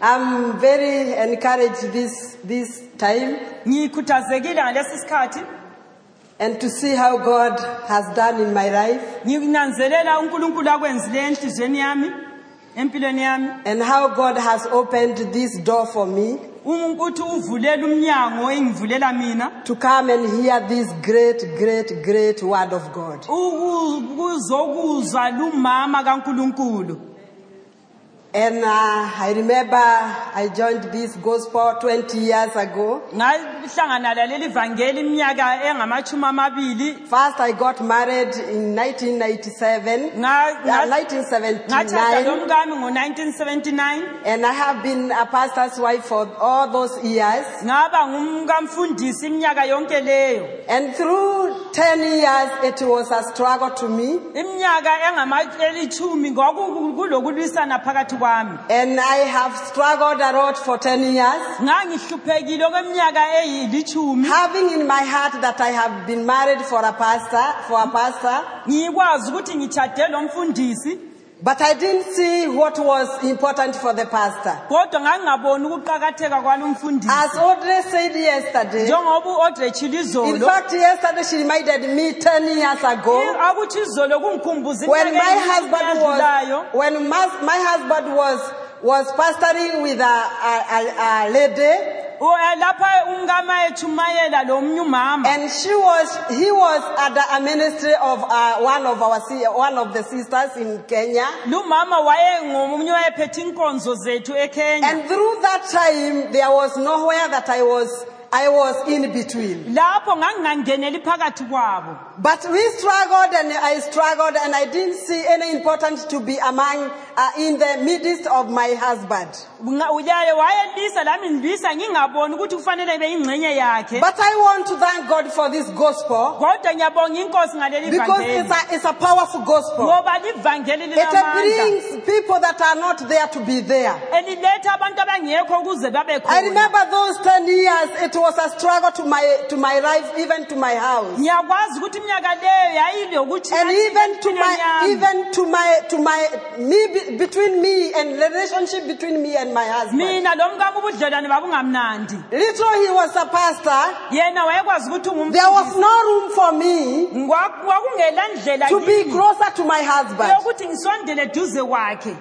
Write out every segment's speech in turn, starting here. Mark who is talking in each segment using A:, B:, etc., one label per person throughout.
A: I'm very encouraged this, this time
B: ngikhuthazekile ngalesi sikhathi
A: and to see how God has done in my life
B: nginanzelela unkulunkulu akwenzileyo enhliziyweni yami empilweni yami
A: and how God has opened this door for me
B: ukuthi uvulela umnyango engivulela mina
A: to come and hear this great, great, great word of God.
B: uku- kuzokuzwa lumama kankulunkulu
A: And uh, I remember I joined this gospel 20 years ago.
B: ngahlangana laleli vangeli iminyaka engamashumi amabili
A: First, I got married in 1997,
B: Nga-
A: uh,
B: nga- ngathatha
A: 1979,
B: lomkami ngo-1979
A: and I have been a pastor's wife for all those years.
B: ngaba ngumkamfundisi iminyaka yonke leyo
A: And through 10 years, it was a struggle to me.
B: iminyaka engamaelithumi kwakulokulwisana phakathi kwami
A: And I have struggled a lot for 10 years,
B: ngangihluphekile okweminyaka eyilithumi
A: having in my heart that I have been married for a pastor, for a pastor,
B: ngikwazi ukuthi ngitshade lo mfundisi
A: but I didn't see what was important for the pastor.
B: kodwa ngangingaboni ukuqakatheka kwalo mfundisi
A: As Audrey said yesterday,
B: njengoba
A: in
B: u-odrechile izolo
A: fact, yesterday she reminded me 10 years ago
B: akuthi izolo kungikhumbuza
A: when my husband
B: iminyakaeyadlulayo
A: was, when my, my husband was, was pastoring with a, a, a, a lady.
B: eh, lapha umkama ethumayela lo mnye umama
A: And she was, he was at the a ministry of uh, one of our, si- one of the sisters in Kenya.
B: lumama wayengomunye wayephethe inkonzo zethu eKenya
A: And through that time, there was nowhere that I was, I was in between.
B: lapho ngangingangeneli phakathi kwabo
A: But we struggled and I struggled and I didn't see any importance to be among, uh, in the midst of my husband.
B: Nga- uyaye wayelisa lami ngilwisa ngingaboni ukuthi kufanele beyingxenye yakhe
A: But I want to thank God for this gospel
B: kodwa ngiyabonga inkosi ngaleli
A: because it's
B: vangeli
A: a, it's a powerful gospel.
B: ngoba livangeli
A: It
B: lilamandla
A: brings people that are not there to be there.
B: eliletha abantu abangekho ukuze babe
A: I
B: khona
A: remember those 10 years, it was a struggle to my, to my life, even to my house.
B: ngiyakwazi ukuthi iminyaka leyo yayilokuthi
A: And even to my, even to my, to my, me, be- between me and relationship between me and my husband.
B: mina lo mkami ubudlelwane babungamnandi
A: Little he was a pastor,
B: yena wayekwazi ukuthi
A: there was no room for me
B: ungumkwakungela ndlela
A: to be
B: kimi
A: closer to my husband.
B: yokuthi ngisondele duze kwakhe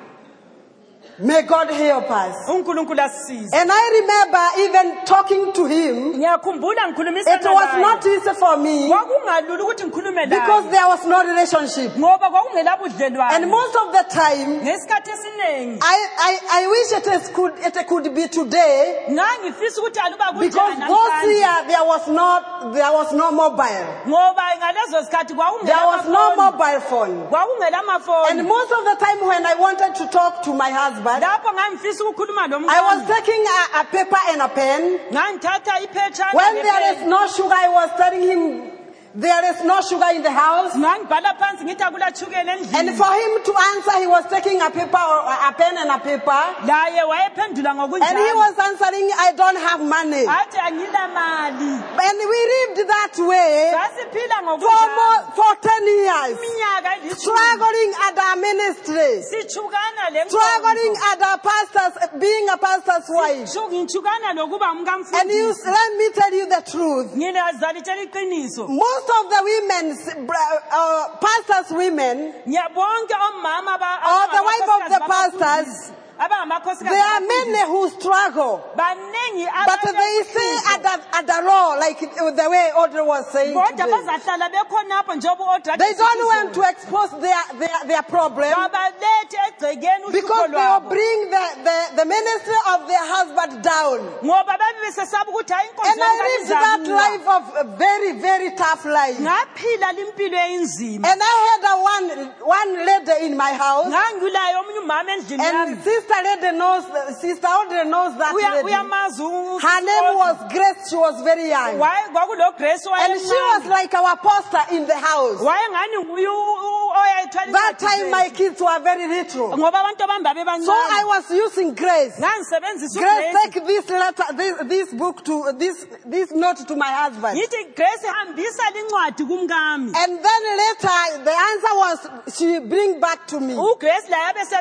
A: May God help us.
B: unkulunkulu asisize
A: And I remember even talking to him,
B: ngiyakhumbula
A: it
B: ngikhulumisana
A: was
B: laye.
A: not easy for me
B: kwakungalula ukuthi ngikhulume
A: because
B: laye
A: there was no relationship.
B: ngoba kwakungelabudlelwane
A: And most of the time,
B: ngesikhathi esiningi
A: I, I, I wish it, is, could, it could be today
B: ngangifisa ukuthi aluba
A: because
B: kunjani
A: those
B: namhlanje.
A: year there was not there was no mobile.
B: ngoba ngalezo sikhathi
A: There was no
B: kwakungelamafoni
A: mobile phone. And
B: kwakungelamafoni
A: most of the time when I wanted to talk to my husband,
B: lapho ngangifisa ukukhuluma lo
A: I was
B: mkami
A: taking a, a paper and a pen.
B: ngangithatha iphetshana
A: When there is
B: ngepeni.
A: no sugar, I was telling him there is no sugar in the house.
B: ngangibhala phansi ngithi akulatshukela
A: And
B: endlini
A: for him to answer, he was taking a paper or a a pen and a paper.
B: laye wayephendula
A: And he
B: ngokunjalo
A: was answering, I don't have money.
B: athi angila mali
A: And we lived that way.
B: sasiphila
A: for
B: ngokunjalo
A: more, for 10 years,
B: iminyaka elitshumi
A: struggling at our ministries,
B: sithukana le nkonzo.
A: struggling at our pastors, being a pastor's wife.
B: Shu- ngithukana lokuba
A: And you,
B: umkamfundisi
A: let me tell you the truth.
B: ngilazalitshela iqiniso
A: Most of the women, uh, pastors' women,
B: Nya- bonke omama ba-
A: Or Oh, the wife of the
B: abangamakhosikazi
A: pastors,
B: babafundisi, abangamakhosikazi
A: there are
B: babafundisi.
A: many who struggle,
B: baningi
A: but they stay at
B: abalehlupho.
A: the, at the law, like the way Audrey was saying.
B: kodwa
A: today.
B: bazahlala bekhonapho njengoba u-Audrey
A: They don't want
B: athi
A: to expose their, their, their problem.
B: kabalethi egcekeni uhlupho
A: Because they will
B: lwabo
A: bring the, the, the ministry of their husband down.
B: ngoba babebesesaba ukuthi hayi
A: And
B: inkonzo
A: I lived that
B: yami izaliwa.
A: life of a very, very tough life. And
B: ngaphila limpilo eyinzima
A: I had a one, one lady in my house.
B: ngangilayo omunye umama endlini
A: And
B: yami
A: sister lady knows, sister Audrey knows that
B: Uya-
A: lady.
B: uyamazi u-
A: Her name was Grace. She was very young.
B: Waye- kwakulo grace
A: And she was
B: wayemncane.
A: like our pastor in the house.
B: wayengani nguye u- u- oyayithwala
A: That
B: incwadi
A: time my
B: zethu.
A: kids were very little.
B: ngoba abantu abami
A: So I
B: babebancane
A: was using Grace.
B: ngangisebenzisa
A: Grace,
B: ugrace
A: take this letter, this, this book to, this, this note to my husband.
B: ngithi grace hambisa lincwadi kumkami
A: And then later, the answer was she bring back to me.
B: ugrace laye
A: There is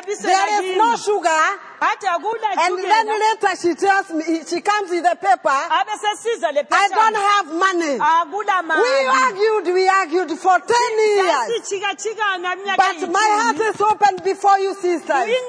A: no
B: abesebisela
A: sugar.
B: athi akula
A: And then
B: jukela
A: later she tells me, she comes with the
B: Ah,
A: paper,
B: abesesiza le
A: I don't
B: phetshana
A: have money.
B: Ah, akula
A: We
B: mali
A: argued, we argued for 10 years.
B: sasijikajikana minyaka
A: But my heart is open before you, sisters.
B: inhliziyo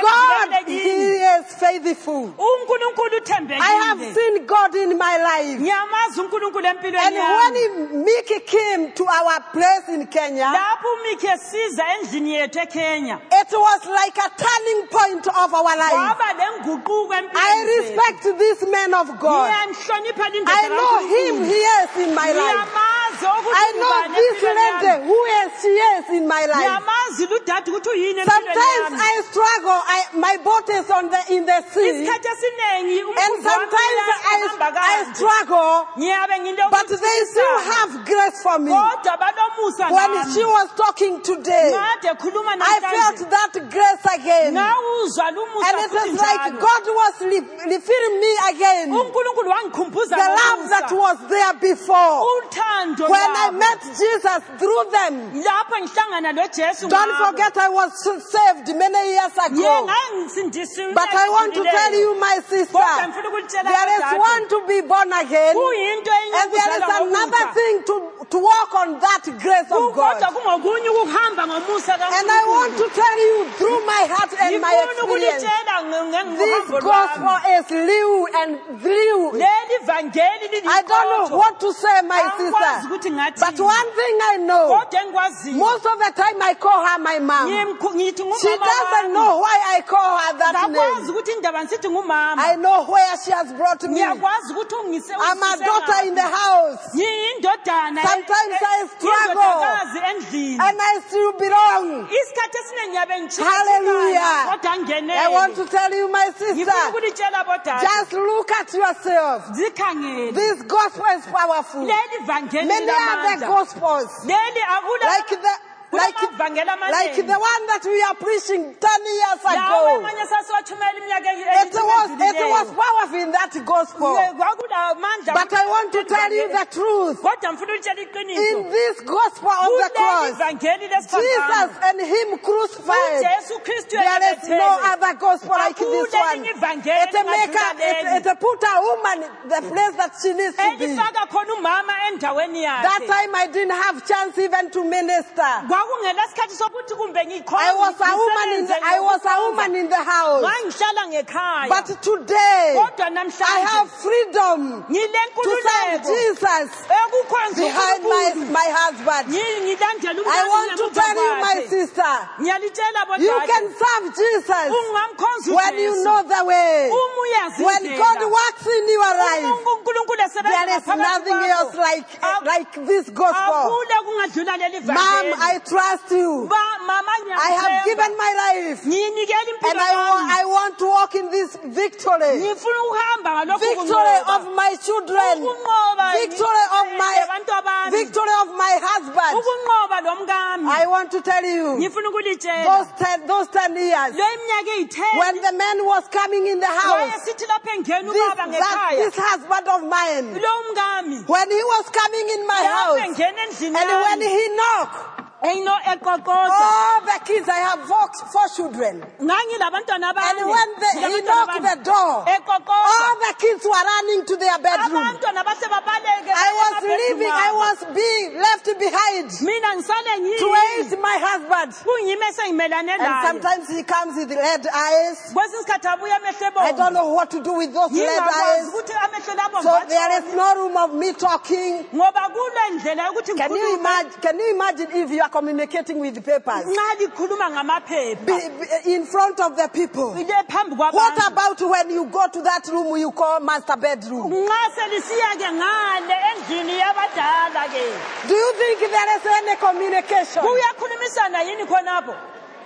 A: God, He
B: yami
A: is faithful.
B: unkulunkulu
A: I have
B: uthembekile
A: seen God in my life.
B: ngiyamazi unkulunkulu empilweni
A: And
B: yami
A: when Mickey came to our place in Kenya,
B: lapho umikhi esiza endlini yethu ekenya
A: it was like a turning point of our life.
B: waba le nguquko
A: I
B: empilweni
A: respect this man of God.
B: ngiyamhlonipha
A: I know him, he is in my life.
B: ngiyamazi
A: I know this lady, who is she is in my life.
B: ngiyamazi ludade ukuthi uyini
A: Sometimes
B: empilweni yami
A: I struggle, I, my boat is on the, in the sea.
B: isikhathi esiningi
A: And
B: umfundisi wami
A: sometimes
B: uyahamba
A: I, I
B: kanje.
A: struggle,
B: ngiyabe ngilokhu
A: but they still
B: ngithuthukisana.
A: have grace for me.
B: kodwa balomusa
A: When she was talking today,
B: ngade khuluma
A: I
B: namhlanje
A: felt that grace again.
B: ngawuzwa lumusa
A: And it
B: futhi
A: is like
B: njalo.
A: God was re- refilling me again.
B: unkulunkulu wangikhumbuza
A: The love
B: ngomusa.
A: that was there before.
B: uthando
A: When I
B: lwabo.
A: met Jesus through them.
B: lapho ngihlangana lojesu ngabo.
A: Don't forget I was saved many years
B: Ye,
A: ago.
B: ngangisindisiwe
A: But I want to tell you, my
B: Kodwa ngifuna
A: sister,
B: ukulitshela
A: there is
B: dade.
A: one to be born again.
B: kuyinto enye
A: And there is
B: ukuzalwa
A: another
B: ngomusa.
A: thing to, to walk on that grace of God.
B: Kukodwa kungokunye ukuhamba ngomusa
A: And I want
B: kaNkulunkulu.
A: to tell you through my heart and my
B: Ngifuna
A: experience,
B: ukulitshela nge- nge-
A: this
B: ngohambo
A: gospel
B: lwami.
A: is new and new.
B: Leli vangeli
A: I don't know
B: liliqotho.
A: what to say, my
B: Angikwazi ukuthi
A: sister.
B: ngathini.
A: But one thing I know,
B: Kodwa engikwaziyo
A: most of the time I call her my mom.
B: ngimkhu- ngithi
A: She
B: ngumama
A: doesn't
B: wami.
A: know why I call her Oh, that
B: Ngiyakwazi
A: name.
B: ukuthi indaba ngisithi ngumama.
A: I know where she has brought me.
B: Ngiyakwazi ukuthi ungise-
A: I'm a
B: ungisise
A: daughter in the
B: ngaphi.
A: house.
B: Ngiyindodana e-
A: Sometimes
B: e-
A: I struggle.
B: indodakazi endlini.
A: And I still belong.
B: isikhathi esiningi ngiyabe ngitshikatshikana,
A: Hallelujah.
B: kodwa
A: I want
B: ngingenele
A: to tell you, my
B: ngifuna
A: sister,
B: ukulitshela bodada
A: just look at yourself.
B: zikhangele
A: This gospel is powerful.
B: leli vangeli
A: Many other
B: lilamandla.
A: gospels,
B: leli akula
A: like the like,
B: kulamavangeli
A: like the
B: amanengi
A: one that we are preaching 10 years
B: lawo
A: ago.
B: amanye sasiwathumela iminyaka
A: It was, it was
B: eliedlulileyo
A: powerful in that gospel.
B: kwakulamandla
A: But I want to tell you the truth.
B: kodwa ngifuna ulitshela iqiniso
A: In this gospel of the
B: kuleli
A: cross,
B: vangeli
A: Jesus
B: lesifazane
A: and Him crucified.
B: ujesu kristu
A: There is no
B: ebelethele
A: other gospel like this one.
B: Akula ivangeli
A: It make a, it, it put a woman in the place that she needs to be.
B: elifaka khona umama endaweni
A: That
B: yakhe
A: time I didn't have chance even to minister.
B: kwakungenasikhathi sokuthi kumbe
A: I was a woman in the, I was a woman in the house.
B: ngangihlala ngekhaya
A: But today
B: kodwa
A: I have
B: namhlanje
A: freedom
B: ngile
A: to serve
B: nkululeko
A: Jesus
B: ekukhonza
A: behind my,
B: uNkulunkulu.
A: my husband.
B: Ngi- ngilandela
A: I
B: uNkulunkulu
A: want to tell you, my
B: ngemuva kwakhe.
A: sister,
B: ngiyalitshela
A: you
B: bodade,
A: can serve Jesus
B: ungamkhonza
A: when you
B: uJesu,
A: know the way.
B: uma uyazi
A: When
B: indlela.
A: God works in your life,
B: Uma uNkulunkulu esebenza
A: There is
B: ngaphakathi
A: nothing
B: kwakho,
A: else like eh,
B: Ak-
A: like this gospel.
B: akule kungadlula leli
A: Mom,
B: vangeli.
A: I trust you.
B: Ba- mama
A: I have
B: ngiyakuthemba.
A: given my life,
B: ngiyinikela
A: and
B: impilo
A: I, wa-
B: yami
A: I want to walk in this victory,
B: ngifuna ukuhamba ngalokhu
A: victory of
B: kunqoba.
A: my children,
B: Ukunqoba
A: victory of my
B: yabantu abami.
A: victory of my husband.
B: ukunqoba lomkami
A: I want to tell you,
B: ngifuna ukulitshela
A: those ten, those ten years
B: leyo iminyaka
A: when
B: eyi-ten
A: the man was coming in the house,
B: wayesithi lapho engena
A: this,
B: ubaba
A: that,
B: ngekhaya
A: this husband of mine,
B: lo mkami
A: when he was coming in my
B: lapho
A: house,
B: engena endlini
A: and when
B: yami
A: he Oh. knocked.
B: eyino eqoqoda
A: All the kids, I have four, four children.
B: ngangilabantwana
A: And when they, he knocked the door, Oh, all
B: eqoqoda
A: the kids were running to their bedroom.
B: abantwana bahle babaleke
A: I was
B: baye emabhedroom
A: leaving, I
B: abo.
A: was being left behind
B: mina ngisale
A: to
B: ngiyini
A: aid my husband.
B: kuyimi esengimelane
A: And
B: layo
A: sometimes he comes with red eyes.
B: kwesinye isikhathi abuye amehlo
A: I
B: ebomvu
A: don't know what to do with those red
B: ngingakwazi
A: eyes.
B: ukuthi amehlo labomvu
A: So
B: athi-
A: there is no room of me talking.
B: ngoba kule ndlela yokuthi
A: Can you
B: ngikhulume
A: imagine, can you imagine if you are communicating with the papers
B: nxa likhuluma ngamaphepha
A: be, be- in front of the people?
B: le phambi kwabantu
A: What about when you go to that room you call master bedroom?
B: nxa selisiya ke ngale endlini yabadala ke
A: Do you think there is any communication?
B: kuyakhulumisana yini khonapho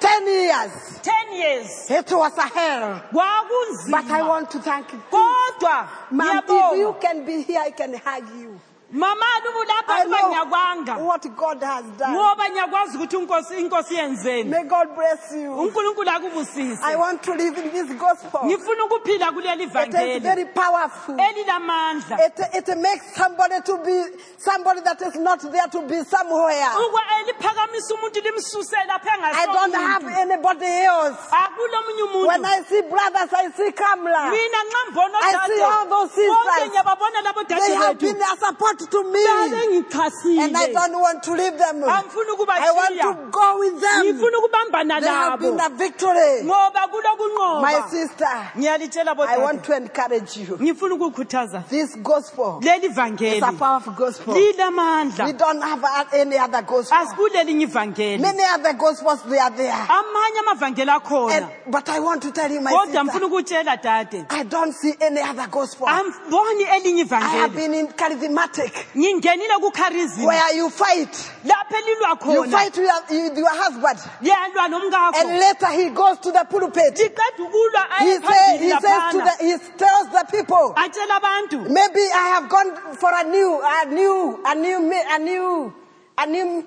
A: Ten years.
B: ten years
A: It was a hell. But I
B: kwakunzima
A: want to thank you.
B: kodwa
A: Ma'am, if
B: ngiyabonga
A: you can be here, I can hug you.
B: mama aluba ulapha
A: I
B: kuba
A: know
B: ngiyakwanga
A: what God has done.
B: ngoba ngiyakwazi ukuthi unkosi inkosi yenzeni
A: May God bless you.
B: unkulunkulu
A: I
B: akubusise
A: want to live in this gospel.
B: ngifuna ukuphila kuleli
A: It is
B: vangeli
A: very powerful.
B: elilamandla
A: It, it makes somebody to be somebody that is not there to be somewhere.
B: ukwa eliphakamisa umuntu limsuse lapha
A: I don't have
B: engasomuntu
A: anybody else.
B: akulo munye
A: When
B: umuntu
A: I see brothers, I see Kamla.
B: mina nxa mbona
A: I see all those sisters.
B: bonke ngiyababona labo dade
A: They have
B: bethu
A: been a support to me. And I
B: balengichasile
A: don't want to leave them.
B: Angifuni
A: I want
B: ukubashiya
A: to go with them.
B: ngifuna ukubambana
A: They have
B: labo
A: been a victory.
B: ngoba
A: My
B: kulokunqoba
A: sister,
B: ngiyalitshela
A: I
B: bodade
A: want to encourage you.
B: ngifuna ukukhuthaza
A: This gospel
B: leli
A: is
B: vangeli
A: a powerful gospel.
B: lilamandla
A: We don't have uh, any other gospel.
B: asikulelinye ivangeli
A: Many other gospels, they are there.
B: amanye amavangeli akhona
A: And, but I want to tell you, my
B: kodwa ngifuna
A: sister,
B: ukutshela dade
A: I don't see any other gospel. I
B: amboni elinye
A: have
B: ivangeli
A: been in charismatic,
B: ngingenile kucharism
A: where you fight.
B: lapho elilwa
A: You
B: khona
A: fight with your, with your husband,
B: liyalwa
A: and
B: nomkakho
A: later he goes to the pulpit.
B: liqeda ukulwa
A: He, say,
B: ayephambili
A: he says to
B: laphana
A: the, he tells the people,
B: atshela abantu
A: maybe I have gone for a new, a new, a new, me- a new, a new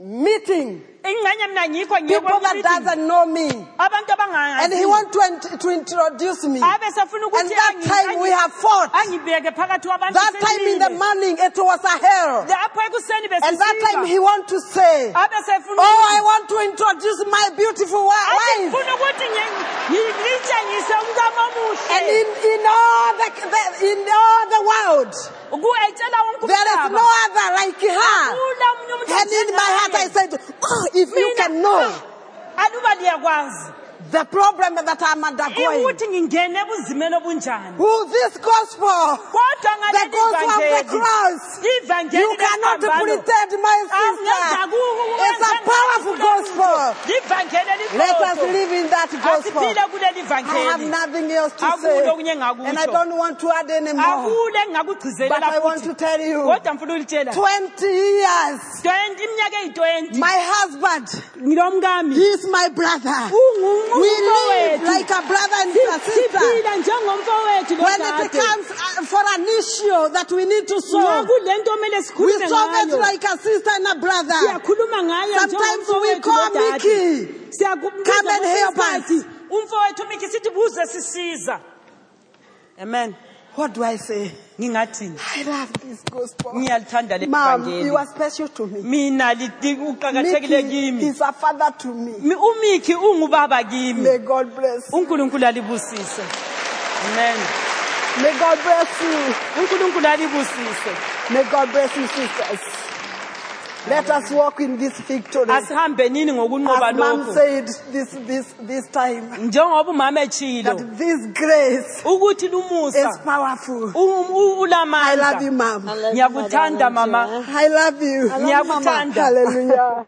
A: meeting.
B: ingxenye mina ngikho ngiye
A: People
B: kwenye
A: that
B: meeting.
A: doesn't know me.
B: abantu
A: And he
B: abangangaziyo
A: wants to, int- to introduce me.
B: abe sefuna
A: And that time we have fought.
B: angibeke phakathi kwabantu
A: That time in the
B: silile.
A: morning it was a hell.
B: lapho ekuseni
A: And that time
B: besisiba
A: he want to say, Oh,
B: abe sefuna
A: I want to introduce my beautiful
B: Athi
A: wife.
B: funa ukuthi ngi- ngi- ngitshengise umkami
A: And
B: omuhle
A: in, in all the, the in all the world,
B: kuetshela wonke
A: there is
B: umhlaba
A: no other like her.
B: ula omunye umuntu
A: And in my heart I
B: onjengaye.
A: said, Oh, if you
B: Mina,
A: can know
B: ah, aluba liyakwazi
A: the problem that I'm undergoing.
B: ukuthi ngingene ebunzimeni obunjani
A: Who this gospel?
B: kodwa
A: The
B: ngaleli
A: gospel of the
B: ivangeli
A: cross.
B: ivangeli
A: You cannot
B: lempambano,
A: pretend, my
B: angeza
A: sister.
B: kuko ukuba
A: It's a powerful gospel.
B: livangeli eliqotho.
A: Let us live in that
B: asiphile
A: gospel.
B: kuleli
A: I have
B: vangeli
A: nothing else to
B: Akulo
A: say.
B: okunye engakusho.
A: And I don't want to add any more.
B: akule
A: But
B: ngingakugcizelela
A: I want
B: futhi
A: to tell you
B: kodwa mfuna ulitshela
A: 20 years,
B: 20 iminyaka eyi-20
A: my husband,
B: ngilomkami
A: he's my brother. We live like a brother and a sister.
B: siphila njengomfowethu
A: When it
B: lodade.
A: comes uh, for an issue that we need to
B: Nxa
A: solve,
B: kule nto omele
A: we
B: sikhulume
A: solve it
B: ngayo
A: like a sister and a brother.
B: siyakhuluma ngayo
A: Sometimes we
B: njengomfowethu
A: call
B: lodade.
A: Mickey.
B: Siyakubuza
A: Come and
B: kwesinye
A: help us.
B: isikhathi, umfowethu miki sithi buze sisiza amen
A: What do I say?
B: ngingathini
A: I love this gospel.
B: ngiyalithanda leli
A: Mom,
B: vangeli
A: you are special to me.
B: mina liti- uqakathekile
A: Mickey
B: kimi
A: is a father to me.
B: Mi- umikhi ungubaba kimi
A: May God bless.
B: unkulunkulu alibusise amen
A: May God bless you.
B: unkulunkulu alibusise
A: May God bless you, sisters. Let us walk in this victory. As
B: asihambenini ngokunqoba
A: Mom
B: lokhu
A: said this, this, this time,
B: njengoba umama etshilo
A: that this grace
B: ukuthi
A: is
B: lumusa
A: powerful.
B: u- u-
A: I love you,
B: ulamandla
A: Mom.
B: ngiyakuthanda mama
A: I love you.
B: Ngiyakuthanda.
A: Hallelujah.